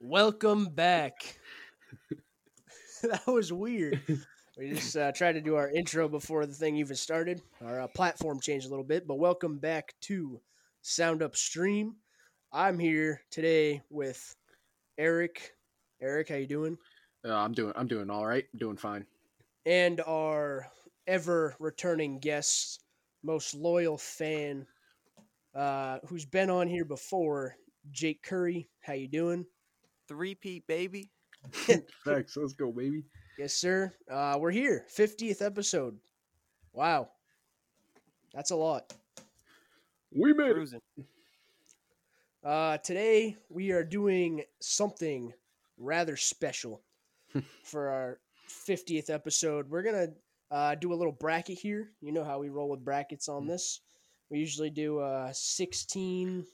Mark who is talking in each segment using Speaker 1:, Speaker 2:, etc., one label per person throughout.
Speaker 1: Welcome back. that was weird. We just uh, tried to do our intro before the thing even started. Our uh, platform changed a little bit, but welcome back to Sound Upstream. I'm here today with Eric. Eric, how you doing?
Speaker 2: Uh, I'm doing. I'm doing all right. I'm doing fine.
Speaker 1: And our ever returning guest, most loyal fan, uh, who's been on here before, Jake Curry. How you doing?
Speaker 3: Three P baby.
Speaker 2: Thanks. Let's go, baby.
Speaker 1: Yes, sir. Uh, we're here. 50th episode. Wow. That's a lot.
Speaker 2: We made it.
Speaker 3: Cruising.
Speaker 1: Uh, today, we are doing something rather special for our 50th episode. We're going to uh, do a little bracket here. You know how we roll with brackets on
Speaker 2: Mm.
Speaker 1: this. We usually do uh, 16,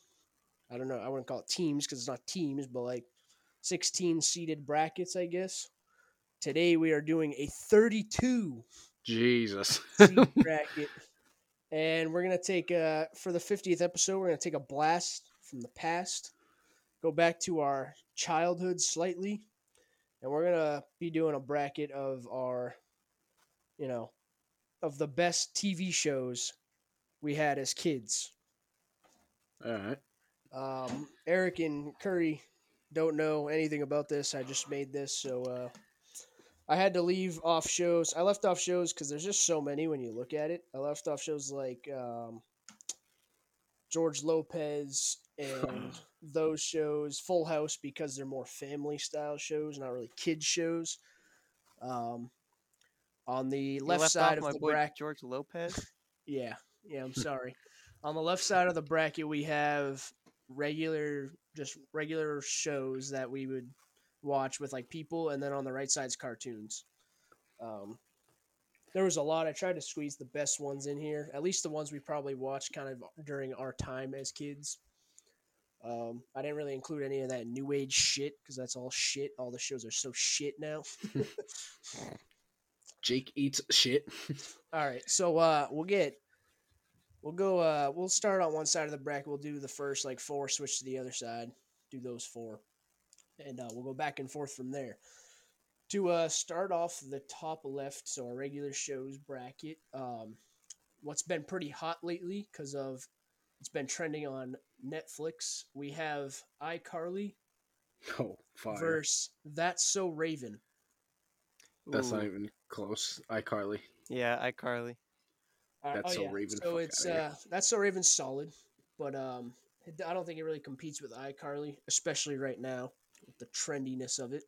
Speaker 1: I don't know, I wouldn't call it teams because it's not teams, but like 16 seeded brackets, I guess. Today, we are doing a 32
Speaker 2: Jesus.
Speaker 1: seed bracket. And we're gonna take uh for the fiftieth episode, we're gonna take a blast from the past, go back to our childhood slightly, and we're gonna be doing a bracket of our, you know, of the best TV shows we had as kids.
Speaker 2: all right.
Speaker 1: Um, Eric and Curry don't know anything about this. I just made this, so uh, I had to leave off shows. I left off shows because there's just so many when you look at it. I left off shows like um, George Lopez and those shows, Full House, because they're more family style shows, not really kid shows. Um, on the
Speaker 3: You
Speaker 1: left, side
Speaker 3: off
Speaker 1: of
Speaker 3: my
Speaker 1: the
Speaker 3: boy
Speaker 1: bracket.
Speaker 3: George Lopez.
Speaker 1: Yeah, yeah, I'm sorry. On the left side of the bracket, we have regular, just regular shows that we would watch with like people, and then on the right side's cartoons. Um, there was a lot. I tried to squeeze the best ones in here, at least the ones we probably watched kind of during our time as kids. Um, I didn't really include any of that new age shit because that's all shit. All the shows are so shit now.
Speaker 2: Jake eats shit.
Speaker 1: All right, so uh, we'll get, we'll go. Uh, we'll start on one side of the bracket. We'll do the first like four, switch to the other side, do those four, and uh, we'll go back and forth from there. To uh, start off the top left, so our regular shows bracket. Um, what's been pretty hot lately because of it's been trending on Netflix. We have iCarly
Speaker 2: Oh, fire.
Speaker 1: versus That's So Raven.
Speaker 2: That's not
Speaker 3: Ooh.
Speaker 2: even close. iCarly.
Speaker 3: Yeah, iCarly.
Speaker 1: Uh,
Speaker 2: That's So Raven,
Speaker 1: So
Speaker 2: fuck
Speaker 1: it's
Speaker 2: outta here.
Speaker 1: uh, that's so Raven's solid, but um, it- I don't think it really competes with iCarly, especially right now with the trendiness of it.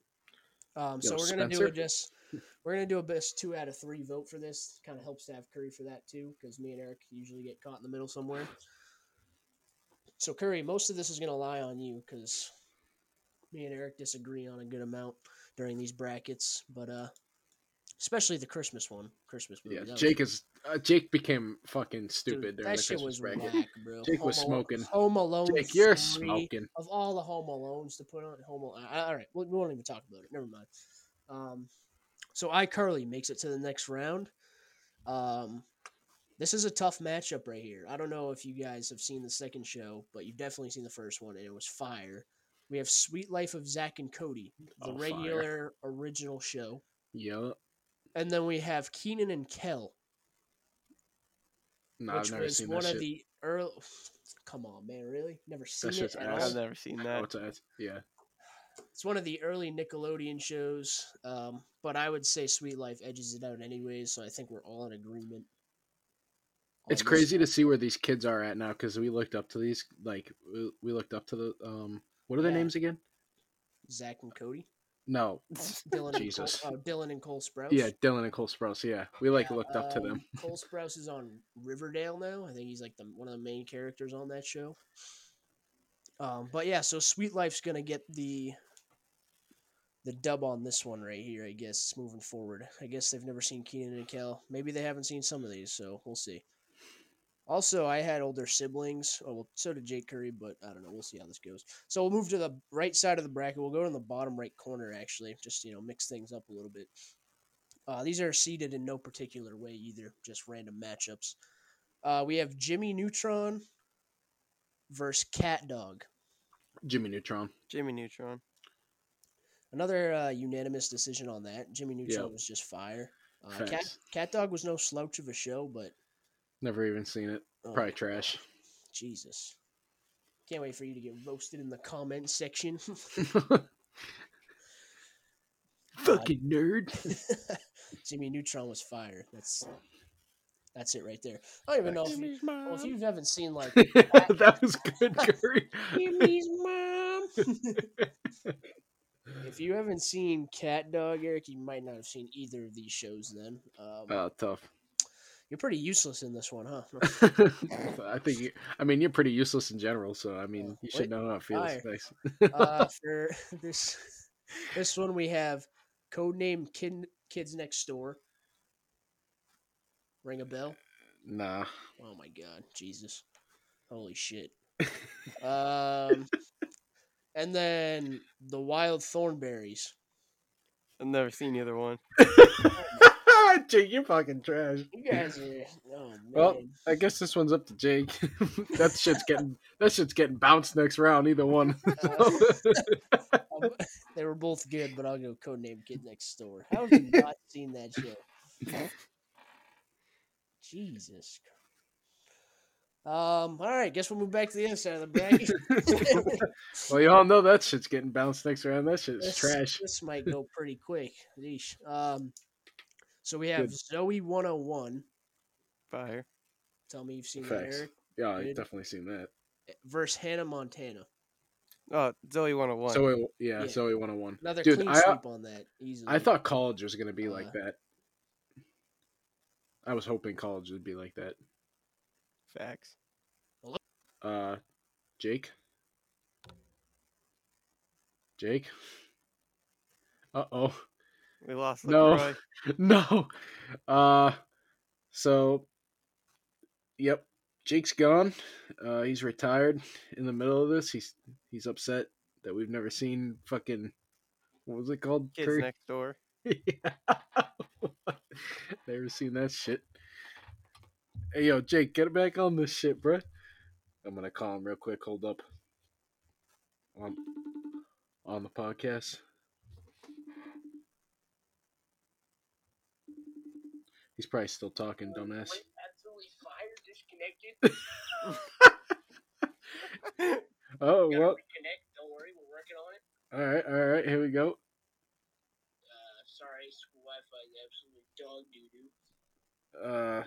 Speaker 1: Um, so
Speaker 2: Yo,
Speaker 1: we're gonna do
Speaker 2: Spencer.
Speaker 1: a just we're gonna do a best two out of three vote for this. Kind of helps to have Curry for that too, because me and Eric usually get caught in the middle somewhere. So Curry, most of this is gonna lie on you because me and Eric disagree on a good amount during these brackets, but uh, especially the Christmas one. Christmas movie.
Speaker 2: Yeah.
Speaker 1: that was
Speaker 2: Jake is. Uh, Jake became fucking
Speaker 1: Dude,
Speaker 2: stupid during
Speaker 1: that
Speaker 2: the
Speaker 1: shit
Speaker 2: Christmas
Speaker 1: was
Speaker 2: bracket.
Speaker 1: whack, bro.
Speaker 2: Jake was
Speaker 1: Home Alo-
Speaker 2: smoking.
Speaker 1: Home Alone.
Speaker 2: Jake, you're
Speaker 1: 3.
Speaker 2: smoking.
Speaker 1: Of all the Home Alones to put on Home Alone. All right, we we won't even talk about it. Never mind. Um, so iCarly makes it to the next round. Um, this is a tough matchup right here. I don't know if you guys have seen the second show, but you've definitely seen the first one, and it was fire. We have Sweet Life of Zach and Cody, the
Speaker 2: Oh, fire.
Speaker 1: regular original show.
Speaker 2: Yeah.
Speaker 1: And then we have Keenan and Kel,
Speaker 2: No, I've
Speaker 1: which
Speaker 2: never
Speaker 1: was
Speaker 2: seen
Speaker 1: one
Speaker 2: that
Speaker 1: of
Speaker 2: shit.
Speaker 1: the early. Come on, man, really? Never seen
Speaker 2: shit's
Speaker 1: it at
Speaker 2: ass.
Speaker 3: I've
Speaker 1: all.
Speaker 3: never seen
Speaker 2: Oh,
Speaker 3: that.
Speaker 2: it's ass. Yeah.
Speaker 1: It's one of the early Nickelodeon shows, um, but I would say Sweet Life edges it out anyways. So I think we're all in agreement. on
Speaker 2: It's
Speaker 1: this
Speaker 2: crazy to
Speaker 1: one.
Speaker 2: see where these kids are at now because we looked up to these. Like we- we looked up to the. Um. What are their
Speaker 1: Yeah.
Speaker 2: names again?
Speaker 1: Zach and Cody,
Speaker 2: No.
Speaker 1: Dylan,
Speaker 2: Jesus.
Speaker 1: and Cole, uh, Dylan and Cole Sprouse.
Speaker 2: Yeah, Dylan and Cole Sprouse. Yeah, we like
Speaker 1: Yeah,
Speaker 2: looked up to them.
Speaker 1: um, Cole Sprouse is on Riverdale now. I think he's like the, one of the main characters on that show. Um, but yeah, so Sweet Life's gonna get the the dub on this one right here. I guess moving forward. I guess they've never seen Keenan and Kel. Maybe they haven't seen some of these, so we'll see. Also, I had older siblings. Oh, well, so did Jake Curry, but I don't know. We'll see how this goes. So we'll move to the right side of the bracket. We'll go to the bottom right corner, actually, just you know, mix things up a little bit. Uh, these are seeded in no particular way either, just random matchups. Uh, we have Jimmy Neutron versus Cat Dog.
Speaker 2: Jimmy Neutron.
Speaker 3: Jimmy Neutron.
Speaker 1: Another uh, unanimous decision on that. Jimmy Neutron
Speaker 2: Yep.
Speaker 1: was just fire. Uh, Cat
Speaker 2: Facts.
Speaker 1: Cat Dog was no slouch of a show, but
Speaker 2: Never even seen it.
Speaker 1: oh,
Speaker 2: Probably trash.
Speaker 1: Jesus, can't wait for you to get roasted in the comment section.
Speaker 2: Fucking nerd.
Speaker 1: Jimmy Neutron was fire. That's that's it right there. I don't even know if you, well, if you haven't seen like
Speaker 2: that was good, Curry.
Speaker 1: Jimmy's mom. if you haven't seen Cat Dog, Eric, you might not have seen either of these shows. Then um,
Speaker 2: Oh, tough.
Speaker 1: you're pretty useless in this one, huh?
Speaker 2: I think. You, I mean, you're pretty useless in general, so I
Speaker 1: Oh,
Speaker 2: mean, you should know how it feels.
Speaker 1: Fire.
Speaker 2: Thanks.
Speaker 1: uh, for this this one we have codename Kid, kids next door ring a bell
Speaker 2: Nah.
Speaker 1: oh my god jesus holy shit um and then the wild thornberries
Speaker 3: I've never seen either one.
Speaker 2: Jake, you're fucking trash.
Speaker 1: you guys are oh man
Speaker 2: Well, I guess this one's up to Jake. that shit's getting that shit's getting bounced next round. Either one.
Speaker 1: Uh, I'm- they were both good but i'll go codename kid next door how have you not seen that show jesus Christ. um all right guess we'll move back to the other side of the bracket
Speaker 2: well, you all know that shit's getting bounced next round. That shit's
Speaker 1: This-
Speaker 2: trash.
Speaker 1: This might go pretty quick. Yeesh. Um, so we have
Speaker 2: Good.
Speaker 1: Zoe 101.
Speaker 3: Fire.
Speaker 1: Tell me you've seen
Speaker 2: Facts.
Speaker 1: that, Eric.
Speaker 2: Yeah, I've
Speaker 1: Good.
Speaker 2: definitely seen that.
Speaker 1: Versus Hannah Montana.
Speaker 3: Oh, Zoe 101.
Speaker 2: Zoe, yeah,
Speaker 1: Yeah.
Speaker 2: Zoe 101.
Speaker 1: Another
Speaker 2: Dude,
Speaker 1: clean
Speaker 2: I- uh,
Speaker 1: sweep on that. Easily.
Speaker 2: I thought college was gonna be
Speaker 1: Uh,
Speaker 2: like that. I was hoping college would be like that.
Speaker 3: Facts.
Speaker 2: Uh, Jake. Jake. Uh oh.
Speaker 3: We lost
Speaker 2: No.
Speaker 3: LaCroix.
Speaker 2: no. Uh so yep, Jake's gone. Uh he's retired in the middle of this. He's he's upset that we've never seen fucking what was it called?
Speaker 3: Kids
Speaker 2: Curry?
Speaker 3: next door.
Speaker 2: never seen that shit. Hey yo, Jake, get back on this shit, bruh. I'm gonna call him real quick. Hold up. On on the podcast. He's probably still talking, dumbass.
Speaker 1: Absolutely fire disconnected.
Speaker 2: Oh well.
Speaker 1: reconnect. Don't worry, we're working on it.
Speaker 2: All right, all right. Here we go.
Speaker 1: Uh, sorry, school Wi-Fi is absolutely dog doo doo.
Speaker 2: Uh,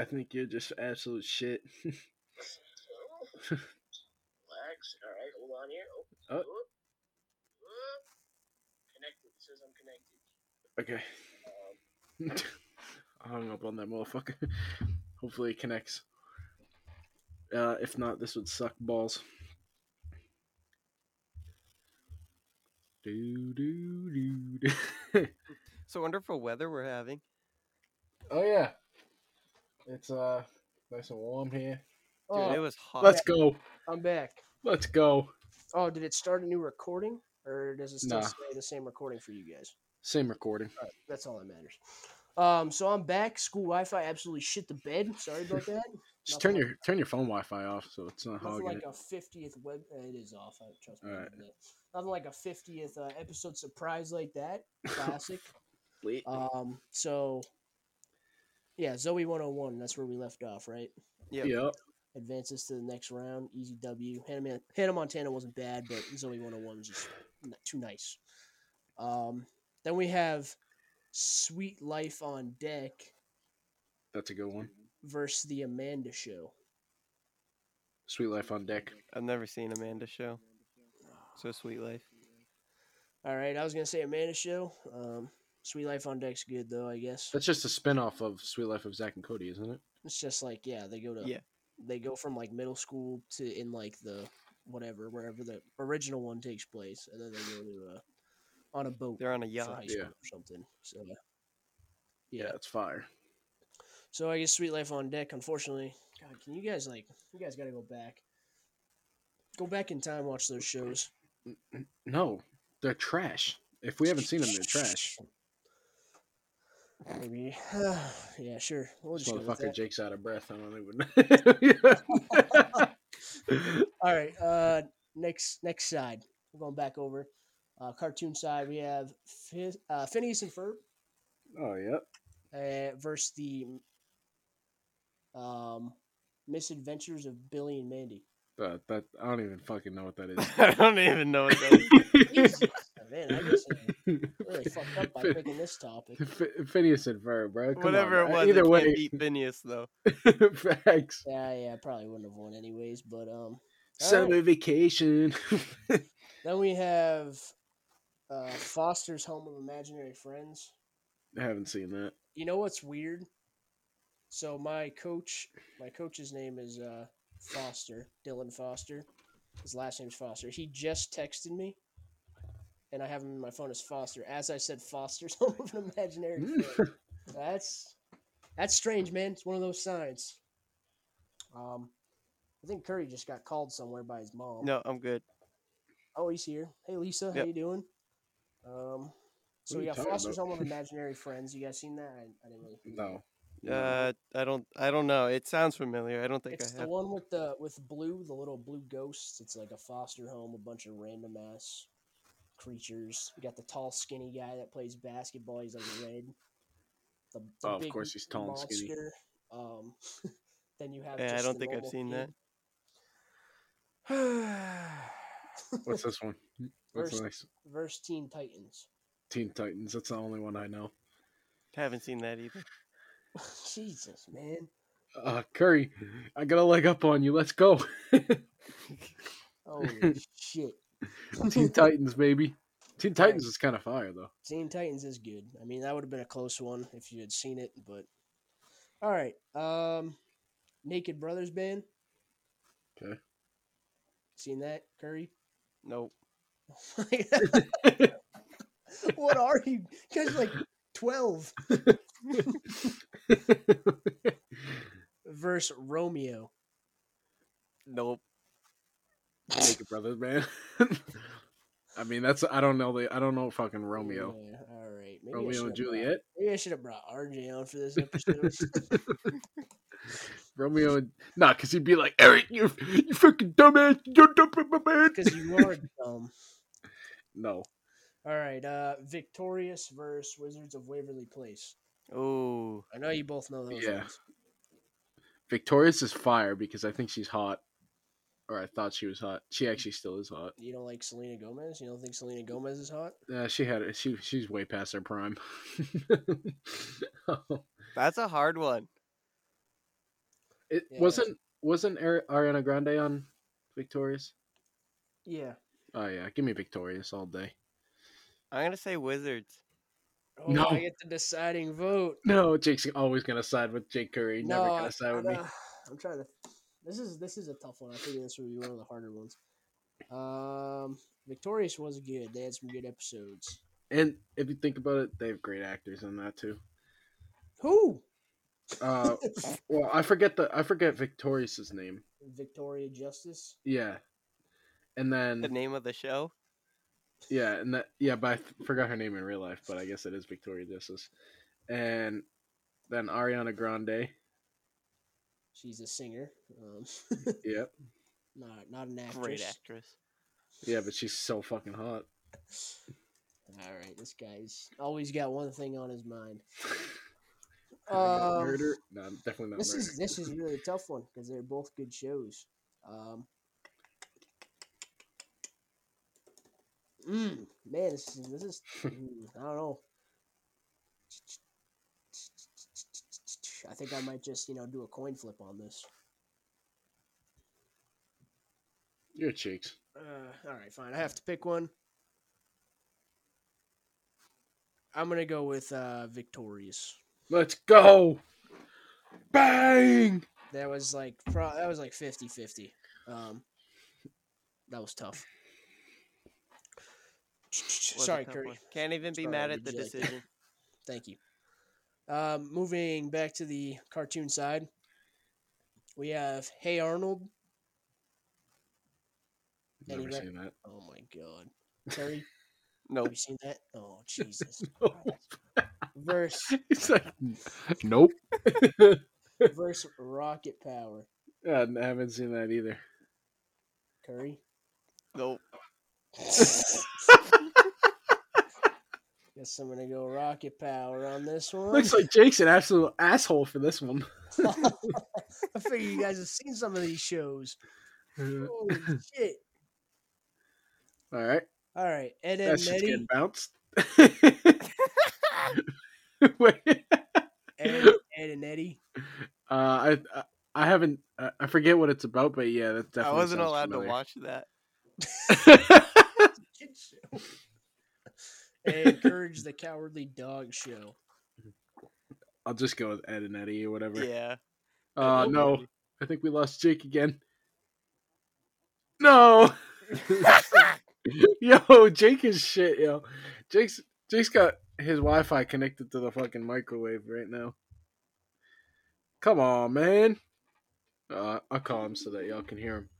Speaker 2: I think you're just absolute shit.
Speaker 1: Relax. All right, hold on here. oh.
Speaker 2: Oh.
Speaker 1: Connected. It says I'm connected. Um,
Speaker 2: Okay. I hung up on that motherfucker. Hopefully it connects. Uh, if not, this would suck balls. Do do do. do.
Speaker 3: So wonderful weather we're having.
Speaker 2: oh yeah, it's uh nice and warm here.
Speaker 3: Dude,
Speaker 1: Oh,
Speaker 3: it was hot.
Speaker 2: Let's go.
Speaker 1: I'm back.
Speaker 2: Let's go.
Speaker 1: Oh, did it start a new recording, or does it still
Speaker 2: Nah.
Speaker 1: stay the same recording for you guys?
Speaker 2: Same recording.
Speaker 1: All right, that's all that matters. Um, so I'm back. School Wi-Fi absolutely shit the bed. Sorry about that.
Speaker 2: Just turn
Speaker 1: Nothing.
Speaker 2: your turn your phone Wi-Fi off so it's not
Speaker 1: Nothing
Speaker 2: hogging
Speaker 1: like
Speaker 2: it.
Speaker 1: a fiftieth web. uh, It is off. I trust me.
Speaker 2: Oh, All
Speaker 1: I
Speaker 2: right.
Speaker 1: did it. Nothing like a fiftieth uh, episode surprise like that. Classic.
Speaker 2: Wait.
Speaker 1: um. So. Yeah, Zoe 101. That's where we left off, right?
Speaker 3: Yep.
Speaker 2: Yep.
Speaker 1: Advances to the next round. Easy W. Hannah, Man- Hannah Montana wasn't bad, but Zoe 101 was just n- too nice. Um. Then we have Sweet Life on Deck
Speaker 2: That's a good one.
Speaker 1: versus the Amanda Show.
Speaker 2: Sweet life on deck.
Speaker 3: I've never seen Amanda show. So sweet life.
Speaker 1: All right, I was gonna say Amanda Show. Um, Sweet Life on Deck's good though, I guess.
Speaker 2: That's just a spin-off of Sweet Life of Zach and Cody, isn't it?
Speaker 1: It's just like yeah, they go to
Speaker 3: Yeah.
Speaker 1: they go from like middle school to in like the whatever wherever the original one takes place, and then they go to uh, on a boat
Speaker 3: They're on a
Speaker 1: for
Speaker 3: yacht.
Speaker 1: high school
Speaker 2: Yeah.
Speaker 1: or something. So
Speaker 2: Yeah, it's fire.
Speaker 1: so I guess Sweet Life on Deck. Unfortunately, God, can you guys like you guys gotta go back, go back in time, watch those shows.
Speaker 2: No, they're trash. If we haven't seen them, they're trash.
Speaker 1: Maybe yeah, sure. We'll
Speaker 2: This
Speaker 1: just go with that.
Speaker 2: motherfucker Jake's out of breath. I don't even.
Speaker 1: All right. Uh, next next side. We're going back over. Uh, cartoon side, we have Fi- uh, Phineas and Ferb
Speaker 2: Oh, yep.
Speaker 1: uh, versus the um, Misadventures of Billy and Mandy.
Speaker 2: That, that I don't even fucking know what that is.
Speaker 3: I don't even know what that is.
Speaker 1: Jesus, man, I just uh, really fucked up by picking this topic.
Speaker 2: Phi- Phineas and Ferb, bro. Come
Speaker 3: Whatever
Speaker 2: on,
Speaker 3: it
Speaker 2: man.
Speaker 3: was,
Speaker 2: Either
Speaker 3: it
Speaker 2: way,
Speaker 3: can't beat Phineas though.
Speaker 2: facts.
Speaker 1: Yeah, yeah, I probably wouldn't have won anyways. But um,
Speaker 2: Summer vacation.
Speaker 1: then we have uh, Foster's Home of Imaginary Friends.
Speaker 2: I haven't seen that.
Speaker 1: You know what's weird? So my coach, my coach's name is uh, Foster, Dylan Foster. His last name's Foster. He just texted me, and I have him in my phone as Foster. As I said, Foster's Home of an Imaginary
Speaker 2: Hmm.
Speaker 1: Friend. That's that's strange, man. It's one of those signs. Um, I think Curry just got called somewhere by his mom.
Speaker 3: No, I'm good.
Speaker 1: Oh, he's here. Hey, Lisa, how
Speaker 3: Yep.
Speaker 1: you doing? Um, so
Speaker 2: are
Speaker 1: we
Speaker 2: you
Speaker 1: got
Speaker 2: talking
Speaker 1: Foster's
Speaker 2: about?
Speaker 1: Home of Imaginary Friends. You guys seen that? I, I didn't really. think
Speaker 2: No.
Speaker 3: Uh, I don't. I don't know. It sounds familiar. I don't think
Speaker 1: It's
Speaker 3: I
Speaker 1: the
Speaker 3: have.
Speaker 1: one with the with blue, the little blue ghosts. It's like a foster home, a bunch of random ass creatures. We got the tall, skinny guy that plays basketball. He's like red. The, the
Speaker 2: Oh, of
Speaker 1: big
Speaker 2: course he's tall and skinny.
Speaker 1: monster. Um, then you have.
Speaker 3: Yeah, Eh, I
Speaker 1: just
Speaker 3: don't
Speaker 1: the
Speaker 3: think I've
Speaker 1: normal
Speaker 3: seen that.
Speaker 1: kid.
Speaker 2: What's this one? What's
Speaker 1: First-
Speaker 2: the next?
Speaker 1: Verse Teen Titans.
Speaker 2: Teen Titans. That's the only one I know.
Speaker 3: Haven't seen that either.
Speaker 1: Jesus, man.
Speaker 2: Uh, Curry, I got a leg up on you. Let's go.
Speaker 1: Holy shit.
Speaker 2: Teen Titans, baby. Teen Titans is kind of fire though.
Speaker 1: Teen Titans is good. I mean, that would have been a close one if you had seen it, but all right. Um, Naked Brothers Band.
Speaker 2: 'Kay.
Speaker 1: Seen that Curry?
Speaker 3: Nope.
Speaker 1: what are you? You guys are like twelve versus Romeo.
Speaker 3: Nope.
Speaker 2: Take it, brother, man. I mean, that's I don't know the I don't know fucking Romeo,
Speaker 1: Yeah, all right. Maybe I should
Speaker 2: Romeo
Speaker 1: have
Speaker 2: and
Speaker 1: brought-
Speaker 2: Juliet,
Speaker 1: maybe I should have brought RJ on for this episode.
Speaker 2: Romeo and nah, because he'd be like Eric, you you fucking dumbass, you dumb man.
Speaker 1: Because you are dumb.
Speaker 2: No,
Speaker 1: All right. Uh, Victorious versus Wizards of Waverly Place.
Speaker 3: Oh,
Speaker 1: I know you both know those.
Speaker 2: Yeah.
Speaker 1: ones.
Speaker 2: Victorious is fire because I think she's hot, or I thought she was hot. She actually still is hot.
Speaker 1: You don't like Selena Gomez? You don't think Selena Gomez is hot?
Speaker 2: Uh, she had it. She she's way past her prime. Oh.
Speaker 3: that's a hard one.
Speaker 2: it
Speaker 1: Yeah.
Speaker 2: wasn't wasn't Ari- Ariana Grande on Victorious.
Speaker 1: Yeah.
Speaker 2: Oh yeah, give me Victorious all day.
Speaker 3: I'm gonna say Wizards.
Speaker 1: Oh,
Speaker 2: No.
Speaker 1: I get the deciding vote.
Speaker 2: No, Jake's always gonna side with Jake Curry. Never
Speaker 1: No,
Speaker 2: gonna side with
Speaker 1: I'm,
Speaker 2: me.
Speaker 1: uh, I'm trying to. This is this is a tough one. I figure this would be one of the harder ones. Um, Victorious was good. They had some good episodes.
Speaker 2: And if you think about it, they have great actors in that too.
Speaker 1: Who?
Speaker 2: Uh, well, I forget the I forget Victorious's name.
Speaker 1: Victoria Justice.
Speaker 2: Yeah, and
Speaker 3: The
Speaker 2: then
Speaker 3: name of the show.
Speaker 2: yeah, and that yeah, but I f- forgot her name in real life. But I guess it is Victoria Justice, and then Ariana Grande.
Speaker 1: She's a singer. Um,
Speaker 2: Yep.
Speaker 1: not not an actress.
Speaker 3: Great actress.
Speaker 2: Yeah, but she's so fucking hot.
Speaker 1: All right, this guy's always got one thing on his mind.
Speaker 2: Not
Speaker 1: Um,
Speaker 2: murder? No, I'm definitely not
Speaker 1: this
Speaker 2: murder.
Speaker 1: is this is really a tough one because they're both good shows. Um, mm, man, this is this is mm, I don't know. I think I might just you know do a coin flip on this.
Speaker 2: Your cheeks.
Speaker 1: Uh, all right, fine. I have to pick one. I'm gonna go with uh, victorious.
Speaker 2: Let's go. Bang.
Speaker 1: That was like pro- that was like 50-50. Um, that was tough.
Speaker 3: was a
Speaker 1: Sorry,
Speaker 3: tough
Speaker 1: Curry.
Speaker 3: one. Can't even be
Speaker 1: Sorry,
Speaker 3: mad
Speaker 1: we
Speaker 3: at the
Speaker 1: just-
Speaker 3: decision.
Speaker 1: Thank you. Um, moving back to the cartoon side, we have Hey Arnold. Any
Speaker 2: Never
Speaker 1: rec-
Speaker 2: seen that.
Speaker 1: Oh my God, Terry, have
Speaker 3: Nope.
Speaker 1: you seen that? Oh Jesus.
Speaker 2: No.
Speaker 1: Verse
Speaker 2: He's like, nope.
Speaker 1: verse Rocket Power,
Speaker 2: Yeah, I haven't seen that either.
Speaker 1: Curry.
Speaker 3: Nope.
Speaker 1: Guess I'm gonna go rocket power on this one.
Speaker 2: Looks like Jake's an absolute asshole for this one.
Speaker 1: I figure you guys have seen some of these shows.
Speaker 2: All
Speaker 1: Holy shit!
Speaker 2: right,
Speaker 1: All right, Ed
Speaker 2: that
Speaker 1: and
Speaker 2: shit's
Speaker 1: Eddie.
Speaker 2: getting bounced. Wait.
Speaker 1: Ed, Ed and Eddie.
Speaker 2: Uh, I I- I haven't I I forget what it's about, but yeah, that
Speaker 3: I
Speaker 2: definitely.
Speaker 3: wasn't
Speaker 2: sounds
Speaker 3: allowed
Speaker 2: familiar.
Speaker 3: to watch that.
Speaker 1: Kid show. and encourage the cowardly dog show.
Speaker 2: I'll just go with Ed and Eddie or whatever.
Speaker 3: Yeah.
Speaker 2: Uh, no, I think we lost Jake again. No, yo, Jake is shit, yo. Jake's Jake's got his Wi-Fi connected to the fucking microwave right now. Come on, man. Uh, I'll call him so that y'all can hear him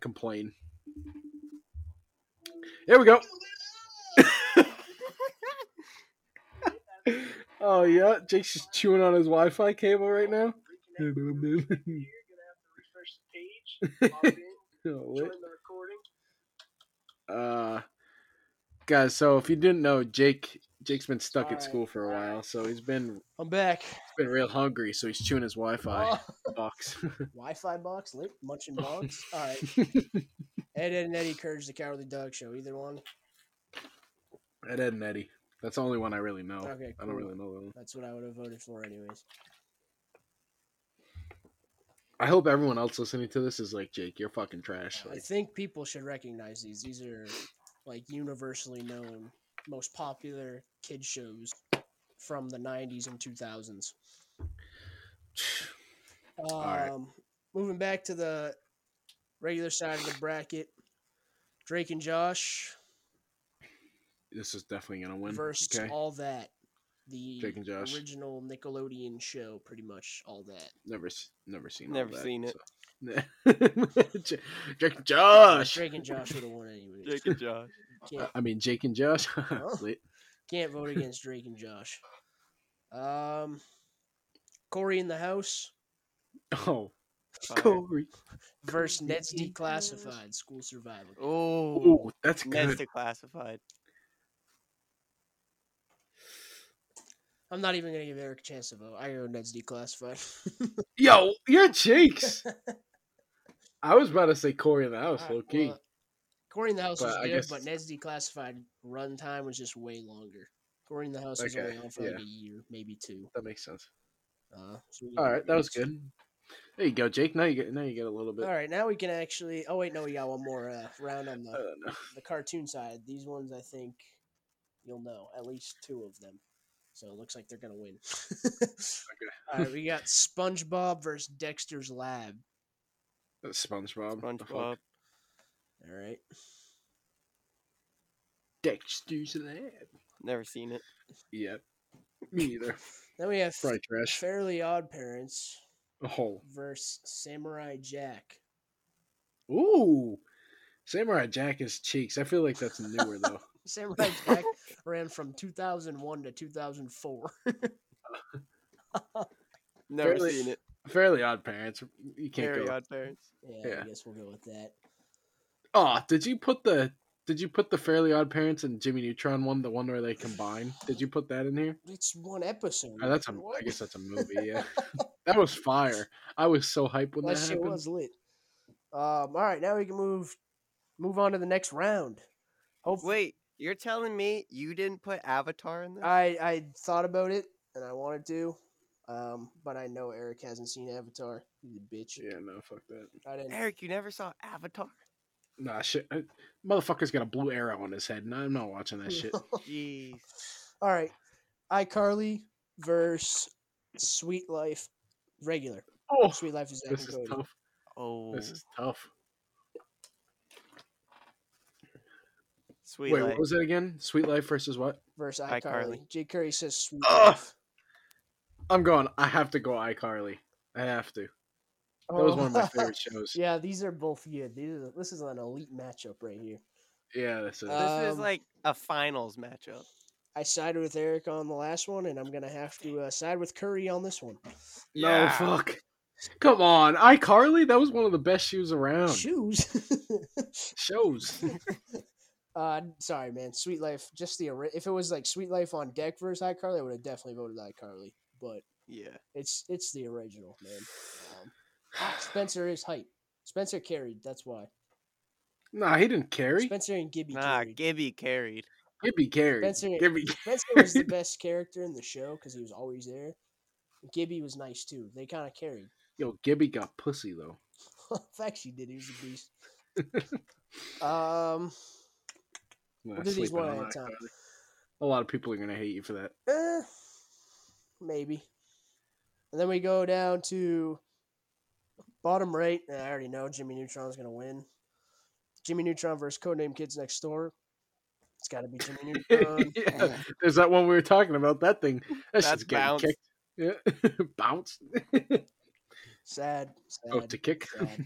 Speaker 2: complain. There we go. oh yeah, Jake's just chewing on his Wi-Fi cable right now. Oh, wait. Uh, guys, so if you didn't know, Jake Jake's been stuck at
Speaker 1: Alright,
Speaker 2: school for a while, so he's been
Speaker 1: I'm back.
Speaker 2: he's been real hungry, so he's chewing his Wi-Fi
Speaker 1: Oh,
Speaker 2: box.
Speaker 1: Wi-Fi box, lip, munching box. All right, Ed, Ed and Eddie encourage the cowardly dog show. Either one.
Speaker 2: Ed, Ed and Eddie. That's the only one I really know.
Speaker 1: Okay,
Speaker 2: I don't
Speaker 1: cool.
Speaker 2: really know that one.
Speaker 1: That's what I would have voted for, anyways.
Speaker 2: I hope everyone else listening to this is like Jake. You're fucking trash.
Speaker 1: I
Speaker 2: Like,
Speaker 1: think people should recognize these. These are like universally known, most popular kid shows from the '90s and 2000s. Um,
Speaker 2: right.
Speaker 1: moving back to the regular side of the bracket, Drake and Josh
Speaker 2: this is definitely gonna win.
Speaker 1: versus
Speaker 2: Okay,
Speaker 1: all that. The
Speaker 2: Drake and Josh.
Speaker 1: original Nickelodeon show, pretty much all that.
Speaker 2: never s- never seen all
Speaker 3: Never
Speaker 2: that,
Speaker 3: seen it.
Speaker 2: so. J- Jake and Josh.
Speaker 1: Drake and Josh would have won anyways.
Speaker 3: Jake and Josh.
Speaker 1: Can't,
Speaker 2: Uh, I mean Jake and Josh.
Speaker 1: Huh?
Speaker 2: Wait.
Speaker 1: can't vote against Drake and Josh. Um, Corey in the house
Speaker 2: Oh,
Speaker 3: Fire.
Speaker 2: Corey.
Speaker 1: versus Nets
Speaker 2: in the House.
Speaker 1: declassified school survival.
Speaker 3: Oh,
Speaker 2: Oh, that's
Speaker 3: Ned's
Speaker 2: good.
Speaker 3: declassified.
Speaker 1: I'm not even gonna give Eric a chance to vote. I go Nets declassified.
Speaker 2: Yo, you're Jake's. I was about to say Corey in the house,
Speaker 1: Alright,
Speaker 2: low key.
Speaker 1: well, Corey in the House
Speaker 2: But
Speaker 1: was
Speaker 2: I
Speaker 1: good,
Speaker 2: guess-
Speaker 1: but Ned's declassified run time was just way longer. Corey in the House was
Speaker 2: Okay,
Speaker 1: only on for like a year, maybe two.
Speaker 2: that makes sense.
Speaker 1: Uh, so we
Speaker 2: All
Speaker 1: can-
Speaker 2: right, that was good. There you go, Jake. Now you get now you get a little bit.
Speaker 1: All right, now we can actually. Oh wait, no, we got one more uh, round on
Speaker 2: I
Speaker 1: the
Speaker 2: don't know.
Speaker 1: the cartoon side. These ones, I think you'll know at least two of them. So it looks like they're gonna win. All right, we got SpongeBob versus Dexter's Lab.
Speaker 2: That's SpongeBob. The fuck?
Speaker 3: SpongeBob.
Speaker 1: All right,
Speaker 2: Dexter's Lab.
Speaker 3: Never seen it.
Speaker 2: Yep. Me either.
Speaker 1: then we have
Speaker 2: Probably trash.
Speaker 1: Fairly Odd Parents
Speaker 2: Oh.
Speaker 1: versus Samurai Jack.
Speaker 2: Ooh. Samurai Jack is cheeks. I feel like that's newer though.
Speaker 1: Samurai Jack ran from 2001 to 2004.
Speaker 3: Never
Speaker 2: Fairly-
Speaker 3: seen it.
Speaker 2: Fairly odd parents. You can't
Speaker 3: Harry
Speaker 2: go.
Speaker 3: Odd Parents.
Speaker 1: Yeah,
Speaker 2: Yeah.
Speaker 1: I guess we'll go with that.
Speaker 2: Oh, did you put the did you put the Fairly Odd Parents and Jimmy Neutron one, the one where they combine? Did you put that in here?
Speaker 1: It's one episode.
Speaker 2: Oh, that's a, I guess that's a movie. Yeah, that was fire. I was so hyped when
Speaker 1: that
Speaker 2: that
Speaker 1: shit
Speaker 2: happened.
Speaker 1: was lit. Um, all right, now we can move move on to the next round. Hopefully,
Speaker 3: Wait, you're telling me you didn't put Avatar in this?
Speaker 1: I I thought about it and I wanted to, um, but I know Eric hasn't seen Avatar. He's a bitch.
Speaker 2: Yeah, no, fuck that.
Speaker 1: I didn't.
Speaker 3: Eric, you never saw Avatar?
Speaker 2: Nah, shit. I- Motherfucker's got a blue arrow on his head, and I'm not watching that shit.
Speaker 3: Jeez.
Speaker 1: All right, iCarly versus Sweet Life regular.
Speaker 2: Oh,
Speaker 1: Sweet Life is Zach
Speaker 2: this
Speaker 1: and
Speaker 2: is
Speaker 1: Cody.
Speaker 2: tough.
Speaker 3: Oh,
Speaker 2: This is tough.
Speaker 3: sweet.
Speaker 2: Wait,
Speaker 3: life.
Speaker 2: what was it again? Sweet Life versus what?
Speaker 1: versus
Speaker 3: iCarly.
Speaker 1: iCarly. Jake Curry says sweet.
Speaker 2: Ugh.
Speaker 1: life.
Speaker 2: I'm going. I have to go iCarly. I have to. That was one of my favorite shows.
Speaker 1: Oh, yeah, these are both good. These are, this is an elite matchup right here.
Speaker 2: Yeah, this is.
Speaker 1: Uh,
Speaker 3: This
Speaker 1: Um,
Speaker 3: is like a finals matchup.
Speaker 1: I sided with Eric on the last one, and I'm gonna have to uh, side with Curry on this one.
Speaker 2: no, fuck. Come on, Oh, iCarly. That was one of the best shoes around.
Speaker 1: Shoes.
Speaker 2: Shows.
Speaker 1: Uh, sorry, man. Sweet Life, just the ori- if it was like Sweet Life on deck versus iCarly, I would have definitely voted iCarly. But
Speaker 3: Yeah.
Speaker 1: it's it's the original, man. Um, Spencer is hype. Spencer carried. That's why.
Speaker 2: Nah, he didn't carry.
Speaker 1: Spencer and Gibby
Speaker 3: Nah,
Speaker 1: carried.
Speaker 3: Gibby carried.
Speaker 2: Gibby carried.
Speaker 1: Spencer-
Speaker 2: Gibby.
Speaker 1: Spencer was the best character in the show because he was always there. Gibby was nice too. They kind of carried.
Speaker 2: Yo, Gibby got pussy though.
Speaker 1: Facts, he did. He was a beast. um,
Speaker 2: Nah,
Speaker 1: we'll do these
Speaker 2: sleeping
Speaker 1: one
Speaker 2: on
Speaker 1: at a
Speaker 2: that.
Speaker 1: time.
Speaker 2: A lot of people are gonna hate you for that.
Speaker 1: Eh, maybe. And then we go down to bottom right. and I already know Jimmy Neutron's going to win. Jimmy Neutron versus Codename Kids Next Door. It's got to be Jimmy Neutron.
Speaker 2: yeah, there's that one we were talking about. That thing. That's,
Speaker 3: That's
Speaker 2: just getting
Speaker 3: bounced.
Speaker 2: kicked. Yeah, bounced.
Speaker 1: sad. sad.
Speaker 2: Oh, to kick.
Speaker 1: sad.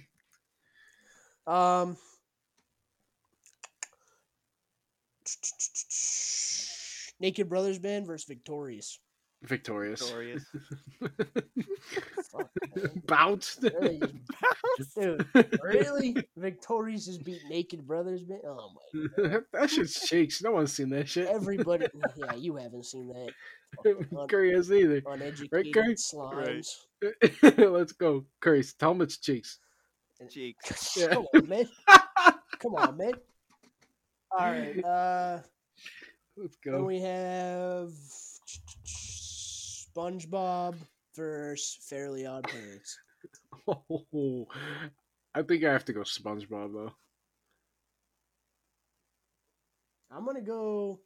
Speaker 1: Um. Naked Brothers Band versus Victorious.
Speaker 2: Victorious.
Speaker 3: Glorious.
Speaker 1: Fuck, man.
Speaker 2: bounced.
Speaker 1: Really, dude, really? Victorious has beat Naked Brothers Band? Oh my
Speaker 2: that shit shakes. No one's seen that shit.
Speaker 1: Everybody, yeah, you haven't seen that. Un-
Speaker 2: Curry has either.
Speaker 1: uneducated
Speaker 2: Gary?
Speaker 1: slimes.
Speaker 3: Right.
Speaker 2: Let's go. Curry, tell him it's cheeks.
Speaker 3: Cheeks.
Speaker 2: Yeah.
Speaker 1: Come on, man. Come on, man. All right. Uh,
Speaker 2: Let's
Speaker 1: then
Speaker 2: go.
Speaker 1: we have SpongeBob versus Fairly Odd Parents.
Speaker 2: Oh, I think I have to go SpongeBob though.
Speaker 1: I'm gonna go.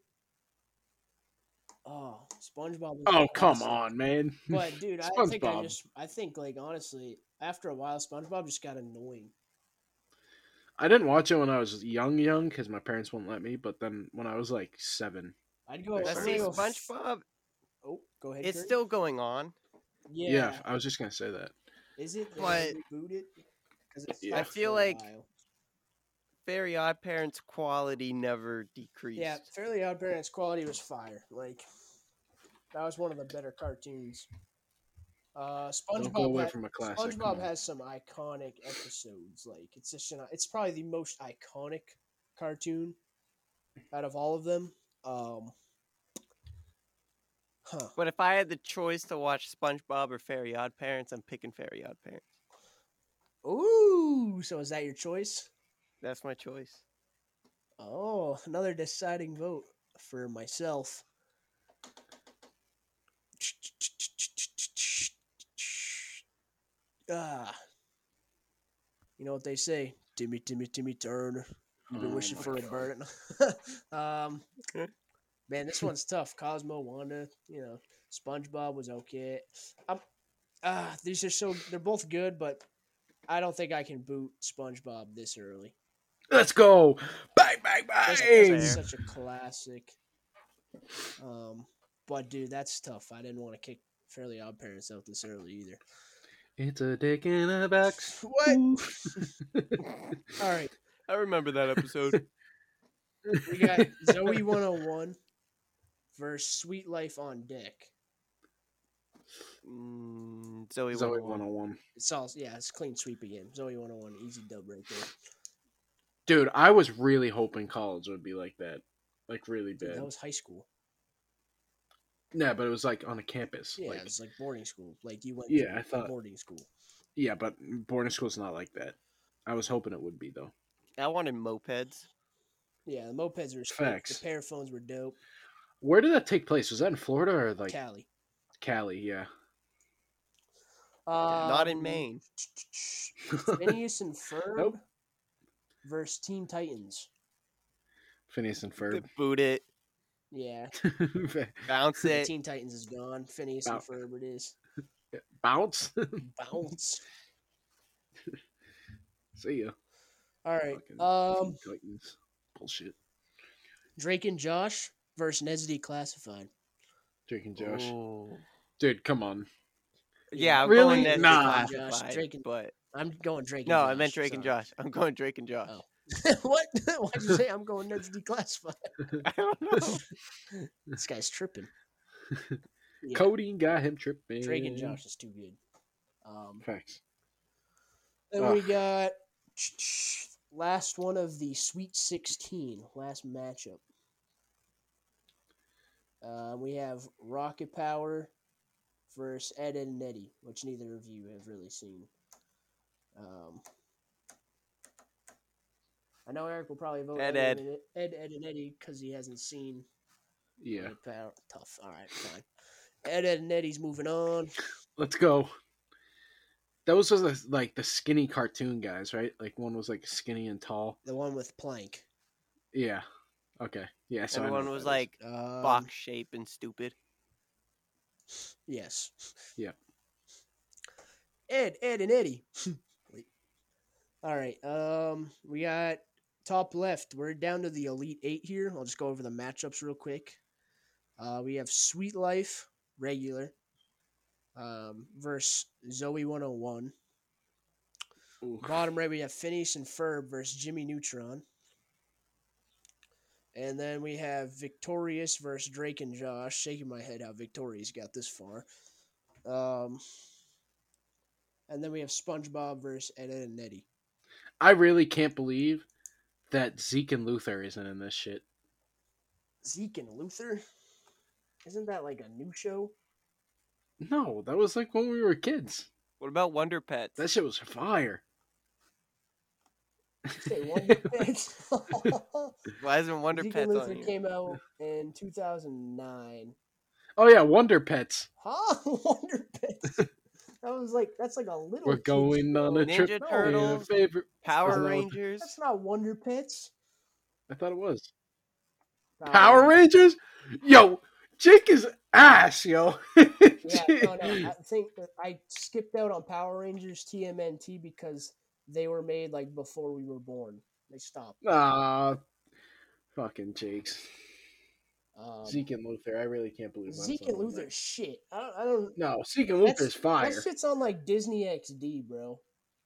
Speaker 1: Oh, SpongeBob. was
Speaker 2: Oh
Speaker 1: the
Speaker 2: come
Speaker 1: classic.
Speaker 2: on, man.
Speaker 1: But dude, I think I
Speaker 2: SpongeBob.
Speaker 1: just, I think like honestly, after a while, SpongeBob just got annoying.
Speaker 2: I didn't watch it when I was young, young, because my parents wouldn't let me. But then when I was like seven,
Speaker 1: I'd go.
Speaker 2: I
Speaker 1: I'm
Speaker 3: Now,
Speaker 2: Sorry.
Speaker 1: gonna
Speaker 3: see,
Speaker 1: go-
Speaker 3: SpongeBob,
Speaker 1: Oh, go ahead.
Speaker 3: it's
Speaker 1: Kurt.
Speaker 3: still going on.
Speaker 2: yeah,
Speaker 1: Yeah.
Speaker 2: I was just gonna say that.
Speaker 1: Is it? Did
Speaker 3: But-
Speaker 1: they reboot it? 'Cause it's
Speaker 2: Yeah.
Speaker 1: stopped
Speaker 3: I feel
Speaker 1: for a
Speaker 3: like-
Speaker 1: while.
Speaker 3: Fairy Odd Parents quality never decreased.
Speaker 1: Yeah, Fairly Odd Parents quality was fire. Like that was one of the better cartoons. Uh,
Speaker 2: Don't go
Speaker 1: SpongeBob.
Speaker 2: away
Speaker 1: had-
Speaker 2: from a classic. come
Speaker 1: SpongeBob
Speaker 2: on.
Speaker 1: has some iconic episodes. Like it's just an, it's probably the most iconic cartoon out of all of them. Um, huh.
Speaker 3: But if I had the choice to watch SpongeBob or Fairy Odd Parents, I'm picking Fairy Odd Parents.
Speaker 1: Ooh. So is that your choice?
Speaker 3: That's my choice.
Speaker 1: Oh, another deciding vote for myself. Ah. You know what they say? Timmy, Timmy, Timmy Turner. You've been
Speaker 2: Oh
Speaker 1: wishing
Speaker 2: my
Speaker 1: for a
Speaker 2: God.
Speaker 1: bird. um,
Speaker 3: Okay.
Speaker 1: man, this one's tough. Cosmo, Wanda, you know, SpongeBob was okay. I'm, ah, these are so, they're both good, but I don't think I can boot SpongeBob this early.
Speaker 2: Let's go. Bang, bang,
Speaker 1: That's-
Speaker 2: bang.
Speaker 1: That's
Speaker 3: Fair.
Speaker 1: such a classic. Um, but dude, that's tough. I didn't want to kick Fairly Odd Parents out this early either.
Speaker 2: It's a dick in a box.
Speaker 1: What? All right,
Speaker 3: I remember that episode.
Speaker 1: we got Zoe 101 versus Sweet Life on Deck.
Speaker 3: mm, Zoe,
Speaker 2: Zoe
Speaker 3: 101.
Speaker 2: 101.
Speaker 1: It's all yeah, it's clean sweep again. Zoe 101, easy dub right there.
Speaker 2: Dude, I was really hoping college would be like that. Like really
Speaker 1: Dude,
Speaker 2: bad.
Speaker 1: that was high school.
Speaker 2: Yeah, but it was like on a campus.
Speaker 1: Yeah,
Speaker 2: like,
Speaker 1: it's like boarding school. Like you went
Speaker 2: Yeah,
Speaker 1: to
Speaker 2: I thought-
Speaker 1: boarding school.
Speaker 2: yeah, but boarding school's not like that. I was hoping it would be though.
Speaker 3: I wanted mopeds.
Speaker 1: Yeah, the mopeds were sick. The
Speaker 2: Facts.
Speaker 1: paraphones were dope.
Speaker 2: Where did that take place? Was that in Florida or like
Speaker 1: Cali.
Speaker 2: Cali? Yeah.
Speaker 1: Uh,
Speaker 3: Not in Maine.
Speaker 1: Phineas and Ferb
Speaker 2: Nope.
Speaker 1: versus Teen Titans.
Speaker 2: Phineas and Ferb.
Speaker 3: Boot it,
Speaker 1: Yeah,
Speaker 3: bounce
Speaker 1: the
Speaker 3: it.
Speaker 1: Teen Titans is gone. Phineas and Ferb it is.
Speaker 2: Bounce.
Speaker 1: Bounce.
Speaker 2: See ya.
Speaker 1: All right.
Speaker 2: Fucking
Speaker 1: Um,
Speaker 2: Teen Titans. Bullshit.
Speaker 1: Drake and Josh versus Nesdy Classified.
Speaker 2: Drake and Josh.
Speaker 1: Oh.
Speaker 3: Ooh.
Speaker 2: Dude, come on.
Speaker 3: Yeah, I'm
Speaker 2: Really?
Speaker 3: going Nessie
Speaker 2: Nah.
Speaker 1: Josh,
Speaker 3: Classified,
Speaker 1: Drake and-
Speaker 3: but
Speaker 1: I'm going Drake.
Speaker 3: no,
Speaker 1: and Josh.
Speaker 3: I meant Drake and
Speaker 1: sorry.
Speaker 3: Josh. I'm going Drake and Josh.
Speaker 1: Oh. what? Why'd you say I'm going Nesdy Classified?
Speaker 3: I don't know.
Speaker 1: This guy's tripping. Yeah,
Speaker 2: Cody got him tripping.
Speaker 1: Drake and Josh is too good. Um,
Speaker 2: Facts.
Speaker 1: then
Speaker 2: Ugh.
Speaker 1: we got Last one of the Sweet 16, last matchup. Uh, we have Rocket Power versus Ed, Ed and Eddie, which neither of you have really seen. Um, I know Eric will probably vote
Speaker 3: Ed,
Speaker 1: Ed, Ed, Ed, Ed and Eddie because he hasn't seen
Speaker 2: Yeah.
Speaker 1: Rocket Power. Tough. All right, fine. Ed, Ed and Eddie's moving on.
Speaker 2: Let's go. Those was the, like the skinny cartoon guys, right? Like one was like skinny and tall.
Speaker 1: The one with Plank.
Speaker 2: Yeah. Okay. Yeah. So I know
Speaker 3: Everyone
Speaker 2: what
Speaker 3: was
Speaker 2: that is.
Speaker 3: like
Speaker 1: Um,
Speaker 3: box shape and stupid.
Speaker 1: Yes.
Speaker 2: Yep.
Speaker 1: Ed, Ed, and Eddie. Wait. All right. Um, we got top left. We're down to the elite eight here. I'll just go over the matchups real quick. Uh, we have Sweet Life regular um, versus Zoe 101.
Speaker 2: Ooh.
Speaker 1: Bottom right, we have Phineas and Ferb versus Jimmy Neutron. And then we have Victorious versus Drake and Josh. Shaking my head how Victorious got this far. Um, and then we have SpongeBob versus Ed, Ed and Eddie.
Speaker 2: I really can't believe that Zeke and Luther isn't in this shit.
Speaker 1: Zeke and Luther? Isn't that like a new show?
Speaker 2: No, that was like when we were kids.
Speaker 3: What about Wonder Pets?
Speaker 2: That shit was fire.
Speaker 1: Say Wonder Pets.
Speaker 3: Why isn't Wonder
Speaker 1: Zeke and
Speaker 3: Pets
Speaker 1: Luther
Speaker 3: on here?
Speaker 1: came out in 2009.
Speaker 2: Oh yeah, Wonder Pets.
Speaker 1: Huh? Wonder Pets. That was like that's like a little.
Speaker 2: We're
Speaker 1: kid's
Speaker 2: going on
Speaker 1: show.
Speaker 2: a
Speaker 3: Ninja
Speaker 2: trip. in a
Speaker 3: Turtles.
Speaker 2: favorite.
Speaker 3: Power
Speaker 2: Isn't that-
Speaker 3: Rangers.
Speaker 1: That's not Wonder Pets.
Speaker 2: I thought it was
Speaker 1: No,
Speaker 2: Power Rangers. Yo, Jake is ass, yo.
Speaker 1: Yeah, no, no. I think that I skipped out on Power Rangers TMNT because they were made like before we were born. They stopped.
Speaker 2: Ah, fucking Jake's
Speaker 1: Um,
Speaker 2: Zeke and Luther. I really can't believe that's
Speaker 1: Zeke and
Speaker 2: on there.
Speaker 1: Luther, shit. I don't. I don't
Speaker 2: No, Zeke and
Speaker 1: That's-
Speaker 2: Luther's fire.
Speaker 1: That shit's on like Disney XD, bro.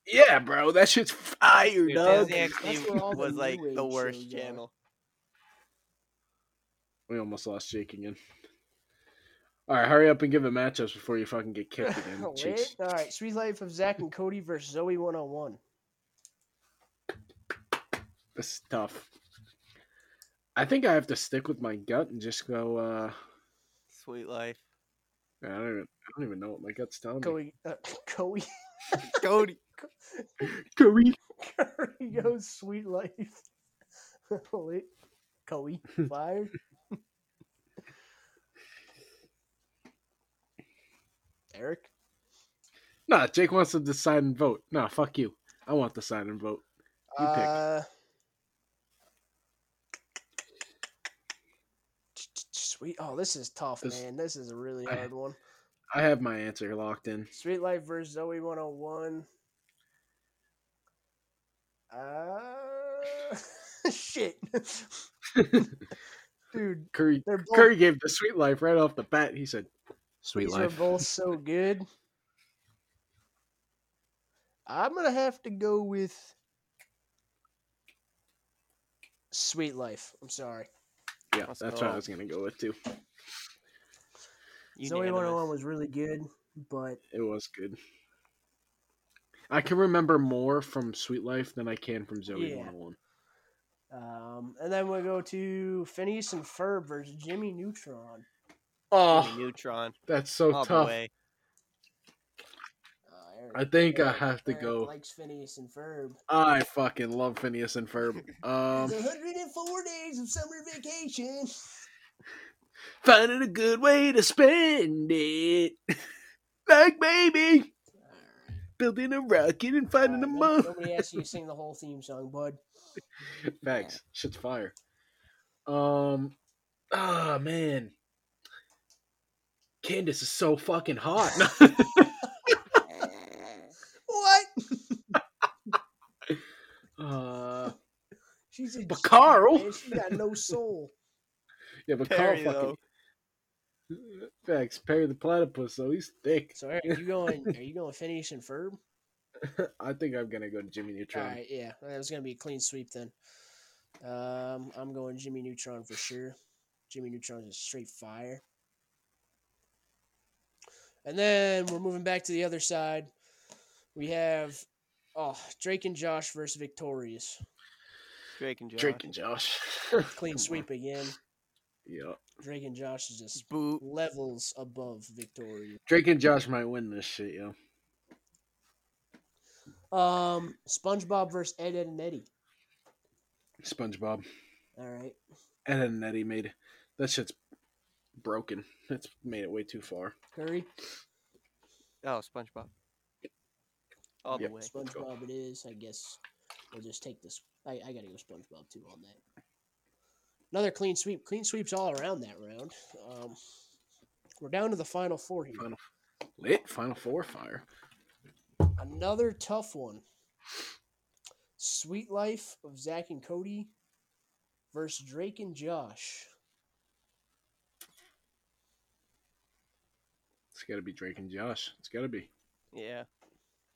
Speaker 2: Yeah, bro, that shit's fire,
Speaker 3: Dude,
Speaker 2: dog.
Speaker 3: Disney
Speaker 1: That's where all
Speaker 3: XD
Speaker 1: the
Speaker 3: was
Speaker 1: new
Speaker 3: like
Speaker 1: age
Speaker 3: the
Speaker 1: shows
Speaker 3: worst
Speaker 1: are.
Speaker 3: channel.
Speaker 2: We almost lost Jake again. All right, hurry up and give the matchups before you fucking get kicked again. Cheeks.
Speaker 1: Wait. All right, Sweet Life of Zach and Cody versus Zoe 101.
Speaker 2: This is tough. I think I have to stick with my gut and just go. uh
Speaker 3: Sweet life.
Speaker 2: I don't even, I don't even know what my gut's telling me.
Speaker 1: Cody, uh, Cody
Speaker 3: Cody.
Speaker 2: Cody.
Speaker 1: Curry
Speaker 2: Mm-hmm.
Speaker 1: goes sweet life. Holy Coey fired. Eric,
Speaker 2: Nah, Jake wants to decide and vote. Nah, fuck you. I want the sign and vote. You pick.
Speaker 1: uh, sweet. Oh, this is tough,
Speaker 2: This-
Speaker 1: man. This is a really
Speaker 2: I-
Speaker 1: hard one.
Speaker 2: I have my answer locked in.
Speaker 1: Sweet Life versus Zoe 101. Uh, shit, dude.
Speaker 2: Curry
Speaker 1: They're both
Speaker 2: Curry gave the sweet life right off the bat. He said, "Sweet
Speaker 1: These
Speaker 2: life."
Speaker 1: are both so good. I'm gonna have to go with Sweet Life. I'm sorry.
Speaker 2: yeah,
Speaker 3: Let's
Speaker 2: that's what I
Speaker 3: go.
Speaker 2: was gonna go with too.
Speaker 1: Zoe 101
Speaker 3: Unanimous.
Speaker 1: was really good, but
Speaker 2: It was good. I can remember more from Sweet Life than I can from Zoe
Speaker 1: Yeah.
Speaker 2: 101.
Speaker 1: um, and then we'll go to Phineas and Ferb versus Jimmy Neutron.
Speaker 3: Jimmy Neutron.
Speaker 2: that's Oh. so
Speaker 3: all Oh. the
Speaker 2: tough.
Speaker 3: way.
Speaker 1: Uh, Eric-
Speaker 2: I think I
Speaker 1: Eric-
Speaker 2: have to
Speaker 1: Eric
Speaker 2: go.
Speaker 1: Likes Phineas and Ferb.
Speaker 2: I fucking love Phineas and Ferb. Um,
Speaker 1: It's 104 days of summer vacation.
Speaker 2: finding a good way to spend it, like baby, building a rocket and finding a
Speaker 1: Alright, no-
Speaker 2: month.
Speaker 1: Nobody asked you to sing the whole theme song, bud.
Speaker 2: Facts. Shit's fire. Um. Ah man. Candace is so fucking hot.
Speaker 1: What?
Speaker 2: uh,
Speaker 1: She's a
Speaker 2: but Carl.
Speaker 1: Man, she got no soul.
Speaker 2: Yeah, but
Speaker 3: Perry,
Speaker 2: Carl fucking. Facts. Perry the platypus, though he's thick.
Speaker 1: So are you going? Are you going Phineas and Ferb?
Speaker 2: I think I'm gonna go to Jimmy
Speaker 1: All
Speaker 2: Neutron.
Speaker 1: right, yeah, that was gonna be a clean sweep then. Um, I'm going Jimmy Neutron for sure. Jimmy Neutron is straight fire. And then we're moving back to the other side. We have, oh, Drake and Josh versus Victorious.
Speaker 3: Drake and Josh.
Speaker 2: Drake and Josh.
Speaker 1: Clean sweep again.
Speaker 2: Yeah.
Speaker 1: Drake and Josh is just
Speaker 3: Boo.
Speaker 1: levels above Victoria.
Speaker 2: Drake and Josh might win this shit, yo.
Speaker 1: Um, SpongeBob versus Ed, Ed and Eddie.
Speaker 2: SpongeBob.
Speaker 1: All right.
Speaker 2: And then Nettie made that shit's broken. That's made it way too far.
Speaker 1: Curry,
Speaker 3: Oh, SpongeBob. All
Speaker 2: Yep.
Speaker 3: the way.
Speaker 1: SpongeBob it is. I guess we'll just take this. I, I gotta go SpongeBob too on that. Another clean sweep. Clean sweeps all around that round. Um, we're down to the final four here.
Speaker 2: Final lit Final Four fire.
Speaker 1: Another tough one. Sweet Life of Zach and Cody versus Drake and Josh.
Speaker 2: It's gotta be Drake and Josh. It's gotta be.
Speaker 3: Yeah.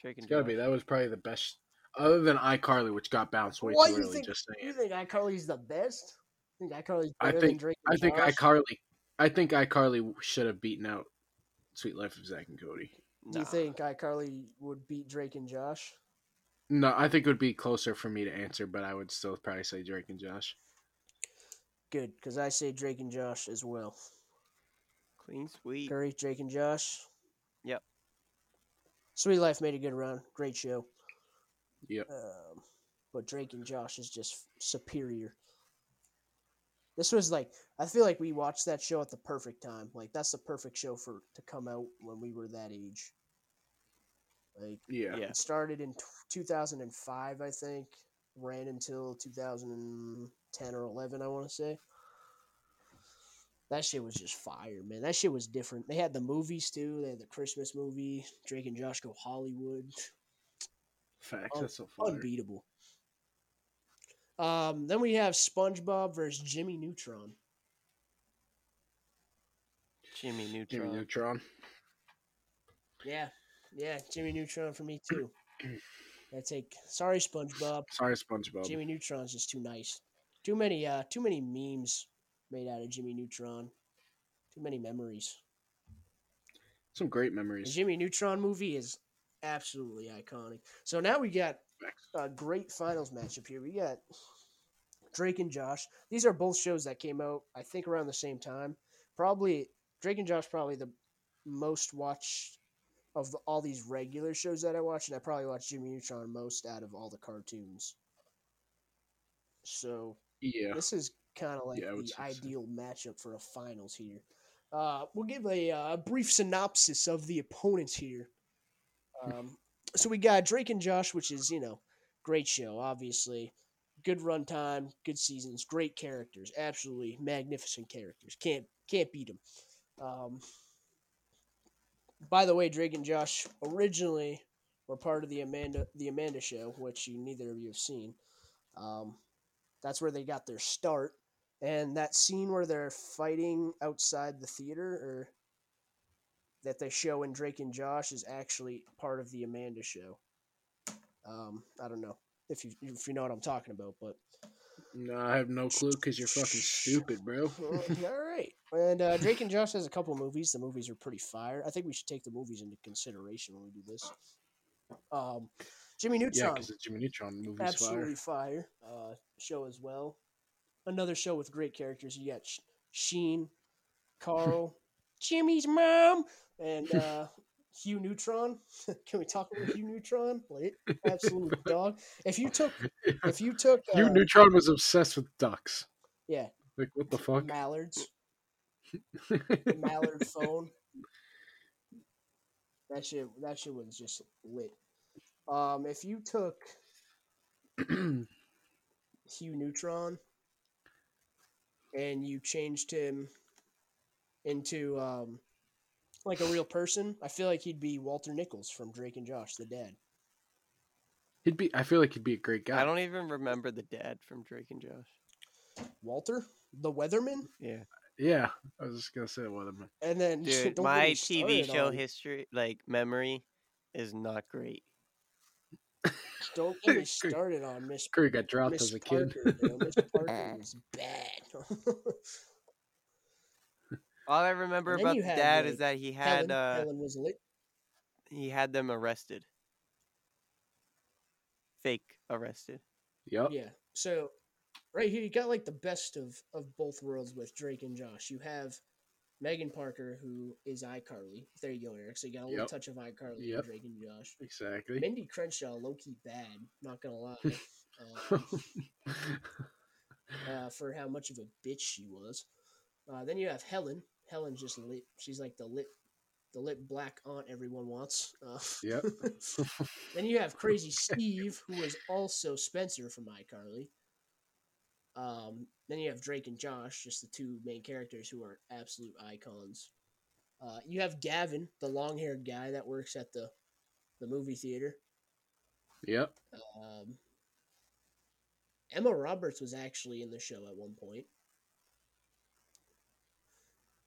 Speaker 3: Drake and
Speaker 2: It's gotta
Speaker 3: Josh.
Speaker 2: be. That was probably the best other than iCarly, which got bounced way
Speaker 1: Why
Speaker 2: too
Speaker 1: you
Speaker 2: early,
Speaker 1: think-
Speaker 2: just
Speaker 1: You
Speaker 2: saying.
Speaker 1: think iCarly's the best? You think iCarly's
Speaker 2: I
Speaker 1: better than
Speaker 2: think-
Speaker 1: Drake and
Speaker 2: I think
Speaker 1: Josh?
Speaker 2: iCarly I think iCarly should have beaten out Sweet Life of Zach and Cody.
Speaker 1: Do
Speaker 3: Nah.
Speaker 1: you think iCarly would beat Drake and Josh?
Speaker 2: No, I think it would be closer for me to answer, but I would still probably say Drake and Josh.
Speaker 1: Good, because I say Drake and Josh as well.
Speaker 3: Clean sweep.
Speaker 1: Curry, Drake and Josh.
Speaker 3: Yep.
Speaker 1: Sweet Life made a good run. Great show.
Speaker 2: Yep.
Speaker 1: Um, but Drake and Josh is just superior. This was like I feel like we watched that show at the perfect time. Like that's the perfect show for to come out when we were that age. Like
Speaker 2: Yeah.
Speaker 3: Yeah.
Speaker 1: It started in t- 2005, I think. Ran until 2010 or 11, I want to say. That shit was just fire, man. That shit was different. They had the movies too. They had the Christmas movie, Drake and Josh Go Hollywood.
Speaker 2: Facts.
Speaker 1: Un-
Speaker 2: that's so fire.
Speaker 1: Unbeatable. Um, then we have SpongeBob versus Jimmy Neutron.
Speaker 3: Jimmy Neutron.
Speaker 2: Jimmy Neutron.
Speaker 1: Yeah, yeah, Jimmy Neutron for me too. I take sorry SpongeBob.
Speaker 2: Sorry, SpongeBob.
Speaker 1: Jimmy Neutron's just too nice. Too many uh too many memes made out of Jimmy Neutron. Too many memories.
Speaker 2: Some great
Speaker 1: The
Speaker 2: memories.
Speaker 1: Jimmy Neutron movie is absolutely iconic. So now we got a great finals matchup here. We got Drake and Josh. These are both shows that came out I think around the same time. Probably Drake and Josh probably the most watched of the- all these regular shows that I watch, and I probably watch Jimmy Neutron most out of all the cartoons. So
Speaker 2: Yeah.
Speaker 1: this is kind of like
Speaker 2: Yeah, I would
Speaker 1: the
Speaker 2: say so.
Speaker 1: ideal matchup for a finals here. Uh, we'll give a, uh, a brief synopsis of the opponents here. Um, so we got Drake and Josh, which is you know, great show, obviously, good runtime, good seasons, great characters, absolutely magnificent characters. Can't can't beat them. Um, by the way, Drake and Josh originally were part of the Amanda the Amanda show, which you neither of you have seen. Um, that's where they got their start. And that scene where they're fighting outside the theater, or that they show in Drake and Josh, is actually part of the Amanda show. Um, I don't know if you if you know what I'm talking about, but
Speaker 2: No, I have no clue because you're fucking stupid, bro.
Speaker 1: all right. And uh, Drake and Josh has a couple movies. The movies are pretty fire. I think we should take the movies into consideration when we do this. Um, Jimmy
Speaker 2: yeah,
Speaker 1: Neutron
Speaker 2: because the Jimmy Neutron movie's
Speaker 1: absolutely
Speaker 2: fire.
Speaker 1: fire, uh, show as well. Another show with great characters. You got Sh- Sheen, Carl, Jimmy's mom, and uh, Hugh Neutron. Can we talk about Hugh Neutron? Like, absolute dog. If you took, if you took, uh,
Speaker 2: Hugh Neutron was obsessed with ducks.
Speaker 1: Yeah.
Speaker 2: Like what the fuck?
Speaker 1: Mallards, the Mallard phone. That shit, that shit was just lit. Um, if you took Hugh Neutron, and you changed him into um, like a real person, I feel like he'd be Walter Nichols from Drake and Josh, the dad.
Speaker 2: he'd be. I feel like he'd be a great guy.
Speaker 3: I don't even remember the dad from Drake and Josh.
Speaker 1: Walter, the weatherman,
Speaker 3: Yeah.
Speaker 2: Yeah, I was just gonna say Weatherman.
Speaker 1: and then don't
Speaker 3: Dude,
Speaker 1: get
Speaker 3: my
Speaker 1: me
Speaker 3: TV
Speaker 1: started
Speaker 3: show
Speaker 1: on-
Speaker 3: history, like memory, is not great.
Speaker 1: Don't get me
Speaker 2: Great.
Speaker 1: started on Miss
Speaker 2: Curry got dropped
Speaker 1: Miss
Speaker 2: as a kid.
Speaker 1: Parker. you know, Miss Parker was bad.
Speaker 3: All I remember
Speaker 1: And then
Speaker 3: about
Speaker 1: you
Speaker 3: the
Speaker 1: had,
Speaker 3: dad
Speaker 1: like,
Speaker 3: is that he
Speaker 1: Helen,
Speaker 3: had uh,
Speaker 1: Helen was lit.
Speaker 3: he had them arrested. Fake arrested.
Speaker 2: Yep.
Speaker 1: Yeah. So right here you got like the best of of both worlds with Drake and Josh. You have Megan Parker who is iCarly. There you go, Eric. So you got a little
Speaker 2: Yep.
Speaker 1: touch of iCarly in
Speaker 2: Yep.
Speaker 1: Drake and Josh.
Speaker 2: Exactly.
Speaker 1: Mindy Crenshaw, low key bad. Not gonna lie. Uh, uh, for how much of a bitch she was. Uh, then you have Helen. Helen's just lit. She's like the lit, the lit black aunt everyone wants. Uh,
Speaker 2: Yep.
Speaker 1: then you have Crazy Steve, who is also Spencer from iCarly. Um, then you have Drake and Josh, just the two main characters who are absolute icons. Uh, you have Gavin, the long-haired guy that works at the the movie theater.
Speaker 2: yep.
Speaker 1: Um, Emma Roberts was actually in the show at one point.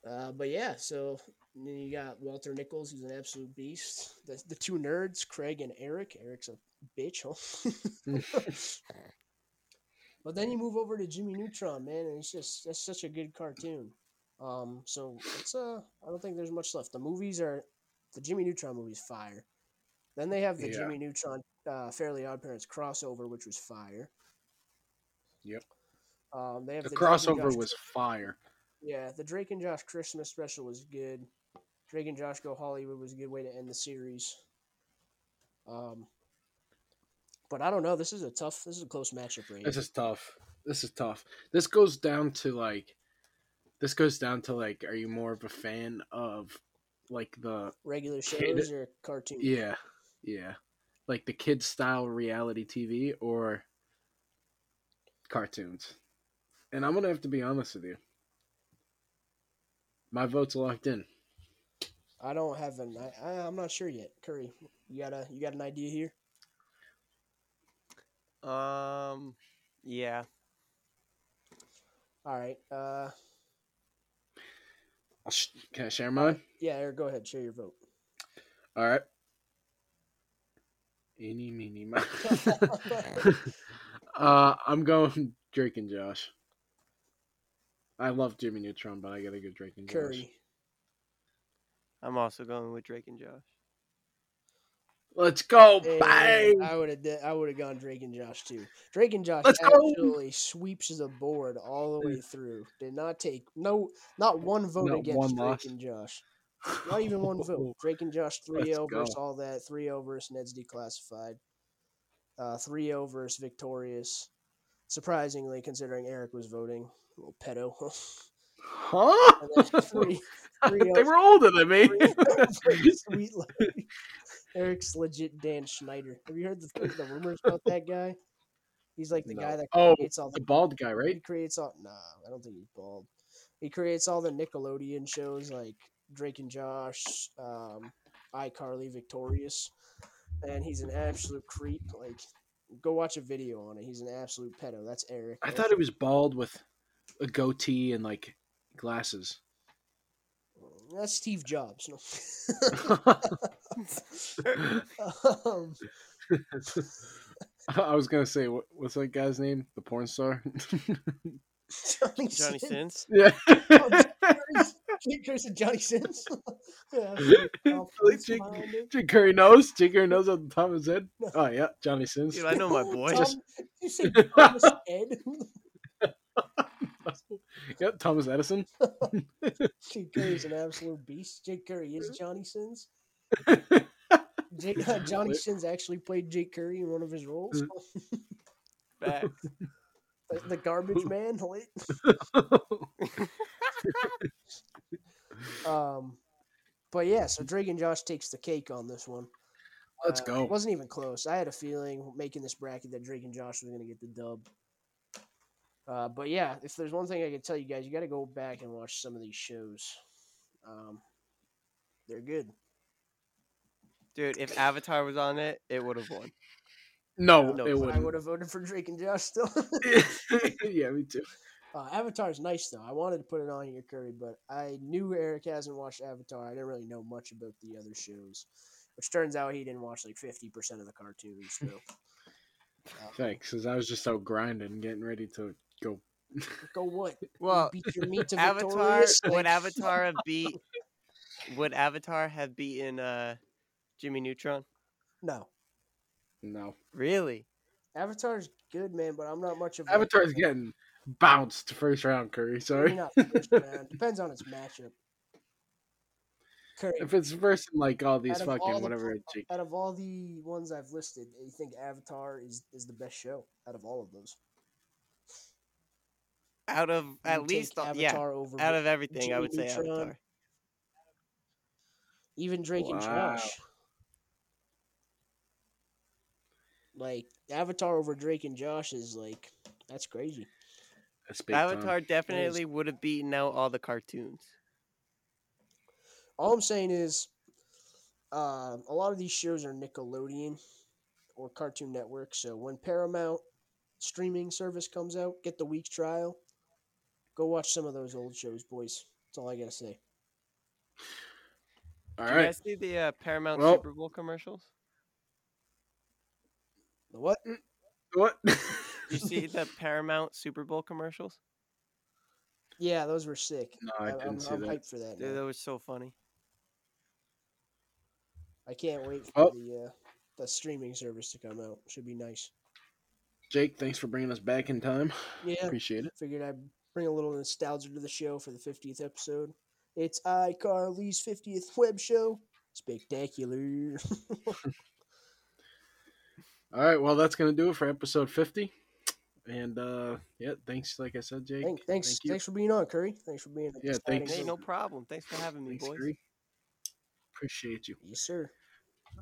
Speaker 1: Uh, but yeah, so then you got Walter Nichols, who's an absolute beast. The, the two nerds, Craig and Eric. Eric's a bitch. huh? but then you move over to Jimmy Neutron, man, and it's just that's such a good cartoon. Um, so it's uh, I don't think there's much left. The movies are the Jimmy Neutron movies fire. Then they have the
Speaker 2: Yeah.
Speaker 1: Jimmy Neutron uh, Fairly Odd Parents crossover, which was fire.
Speaker 2: Yep.
Speaker 1: Um, they have
Speaker 2: The
Speaker 1: the, Drake and
Speaker 2: crossover
Speaker 1: Josh-
Speaker 2: was fire.
Speaker 1: yeah. The Drake and Josh Christmas special was good. Drake and Josh Go Hollywood was a good way to end the series. Um, but I don't know. This is a tough. This is a close matchup, right?
Speaker 2: This is tough. This is tough. This goes down to like this goes down to like are you more of a fan of like the
Speaker 1: Regular
Speaker 2: Kid-
Speaker 1: shows or cartoon?
Speaker 2: yeah, yeah. Like the kid style reality TV or cartoons. And I'm going to have to be honest with you. My vote's locked in.
Speaker 1: I don't have an. I, I, I'm not sure yet. Curry, you got a you got an idea here?
Speaker 3: Um, yeah.
Speaker 1: All right. Uh,
Speaker 2: I'll sh- can I share mine?
Speaker 1: yeah. Eric, go ahead. Share your vote.
Speaker 2: All right. Any, meeny, mo- uh, I'm going Drake and Josh. I love Jimmy Neutron, but I gotta go Drake and Josh.
Speaker 1: Curry.
Speaker 3: I'm also going with Drake and Josh.
Speaker 2: Let's go,
Speaker 1: Hey,
Speaker 2: bang!
Speaker 1: I would have. I would have gone Drake and Josh too. Drake and Josh
Speaker 2: Let's go!
Speaker 1: actually sweeps the board all the way through. Did not take no, not one vote
Speaker 2: Not
Speaker 1: against
Speaker 2: one
Speaker 1: Drake
Speaker 2: loss.
Speaker 1: and Josh. Not even one vote. Drake and Josh 3 0
Speaker 2: Let's
Speaker 1: versus
Speaker 2: go.
Speaker 1: all that. 3 0 versus Ned's Declassified. 3 0 versus Victorious. Surprisingly, considering Eric was voting. Little pedo.
Speaker 2: Huh?
Speaker 1: and then 3 3-0
Speaker 2: they were older than me.
Speaker 1: Sweet life. Eric's legit Dan Schneider. Have you heard the, the rumors about that guy? He's like the guy
Speaker 2: No.
Speaker 1: that
Speaker 2: Oh,
Speaker 1: creates all
Speaker 2: the
Speaker 1: the
Speaker 2: bald guy,
Speaker 1: he
Speaker 2: right?
Speaker 1: creates all nah, I don't think he's bald. He creates all the Nickelodeon shows like Drake and Josh, um, iCarly, Victorious, and he's an absolute creep. Like, go watch a video on it. He's an absolute pedo. That's Eric.
Speaker 2: I thought he was bald with a goatee and like glasses.
Speaker 1: that's Steve Jobs. No.
Speaker 2: I
Speaker 1: um,
Speaker 2: was gonna say, what, what's that guy's name? The porn star?
Speaker 1: Johnny,
Speaker 3: Johnny
Speaker 1: Sins.
Speaker 3: Sins.
Speaker 2: yeah.
Speaker 1: Jake Curse Johnny Sins. yeah, Oh,
Speaker 2: Like Jake, Jake Curry knows. Jake Curry knows on the top of his head.
Speaker 1: No.
Speaker 2: Oh yeah, Johnny Sins.
Speaker 3: Dude, I know Oh, my boys.
Speaker 2: Just-
Speaker 1: you say Thomas Ed?
Speaker 2: yep, Thomas Edison.
Speaker 1: Jake Curry is an absolute beast. Jake Curry is Johnny Sins. Jake, uh, Johnny Sins actually played Jake Curry in one of his roles.
Speaker 3: Back.
Speaker 1: the, the garbage man. Wait. Um, but yeah, so Drake and Josh takes the cake on this one.
Speaker 2: Let's
Speaker 1: Uh,
Speaker 2: go.
Speaker 1: It wasn't even close. I had a feeling making this bracket that Drake and Josh was going to get the dub. Uh, but yeah, if there's one thing I could tell you guys, you got to go back and watch some of these shows. Um, they're good.
Speaker 3: Dude, if Avatar was on it, it would have won.
Speaker 2: No,
Speaker 3: No,
Speaker 2: it
Speaker 1: I
Speaker 2: wouldn't.
Speaker 1: would have voted for Drake and Josh still.
Speaker 2: yeah, me too.
Speaker 1: uh, Avatar's nice though. I wanted to put it on here, Curry, but I knew Eric hasn't watched Avatar. I didn't really know much about the other shows, which turns out he didn't watch like fifty percent of the cartoons. So. Uh,
Speaker 2: Thanks, because I was just out grinding, getting ready to go.
Speaker 1: go what?
Speaker 3: Well,
Speaker 1: you beat your meat to
Speaker 3: Avatar
Speaker 1: Victorious?
Speaker 3: would
Speaker 1: Like,
Speaker 3: Avatar have beat would Avatar have beaten uh Jimmy Neutron?
Speaker 1: No,
Speaker 2: No,
Speaker 3: Really?
Speaker 1: Avatar's good, man, but I'm not much of a-
Speaker 2: Avatar's getting bounced first round, Curry.
Speaker 1: Maybe
Speaker 2: Sorry.
Speaker 1: not first round. Depends on its matchup. Curry,
Speaker 2: If it's versus like all these
Speaker 1: Out of all
Speaker 2: fucking
Speaker 1: the
Speaker 2: whatever Jake
Speaker 1: out of all the ones I've listed, you think Avatar is, is the best show out of all of those?
Speaker 3: Out of
Speaker 1: You
Speaker 3: at
Speaker 1: take
Speaker 3: least, uh,
Speaker 1: Avatar
Speaker 3: yeah,
Speaker 1: over
Speaker 3: out of everything, I would
Speaker 1: Jimmy
Speaker 3: say
Speaker 1: Neutron.
Speaker 3: Avatar.
Speaker 1: even Drake and
Speaker 2: Wow.
Speaker 1: Josh. Like Avatar over Drake and Josh is like that's crazy.
Speaker 2: that's big time.
Speaker 3: Avatar definitely would have beaten out all the cartoons.
Speaker 1: All I'm saying is, uh, a lot of these shows are Nickelodeon or Cartoon Network. So when Paramount streaming service comes out, get the week's trial. Go watch some of those old shows, boys. That's all I gotta say.
Speaker 2: All
Speaker 3: Did you
Speaker 2: right.
Speaker 3: guys see the uh, Paramount
Speaker 2: Well-
Speaker 3: Super Bowl commercials?
Speaker 1: The What?
Speaker 2: What?
Speaker 3: Did you see the Paramount Super Bowl commercials?
Speaker 1: Yeah, those were sick.
Speaker 2: no, I
Speaker 1: I'm-
Speaker 2: didn't
Speaker 1: I'm,
Speaker 2: see
Speaker 1: I'm
Speaker 2: that.
Speaker 1: hyped for that.
Speaker 3: Dude,
Speaker 1: now.
Speaker 3: that was so funny.
Speaker 1: I can't wait for
Speaker 2: Oh.
Speaker 1: the uh, the streaming service to come out. Should be nice.
Speaker 2: Jake, thanks for bringing us back in time.
Speaker 1: Yeah.
Speaker 2: Appreciate it.
Speaker 1: Figured I'd bring a little nostalgia to the show for the 50th episode. It's iCarly's 50th web show. Spectacular.
Speaker 2: All right. Well, that's gonna do it for episode fifty. And uh yeah, thanks. Like I said, Jake.
Speaker 1: Thank, thanks,
Speaker 2: Thank you.
Speaker 1: thanks for being on, Curry. Thanks for being.
Speaker 2: Yeah,
Speaker 1: exciting
Speaker 2: thanks.
Speaker 3: Hey,
Speaker 1: little-
Speaker 3: no problem. Thanks for having me,
Speaker 2: Thanks,
Speaker 3: boys.
Speaker 2: Curry. Appreciate you.
Speaker 1: Yes, sir.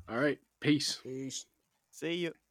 Speaker 2: All right. Peace.
Speaker 1: Peace.
Speaker 3: See you.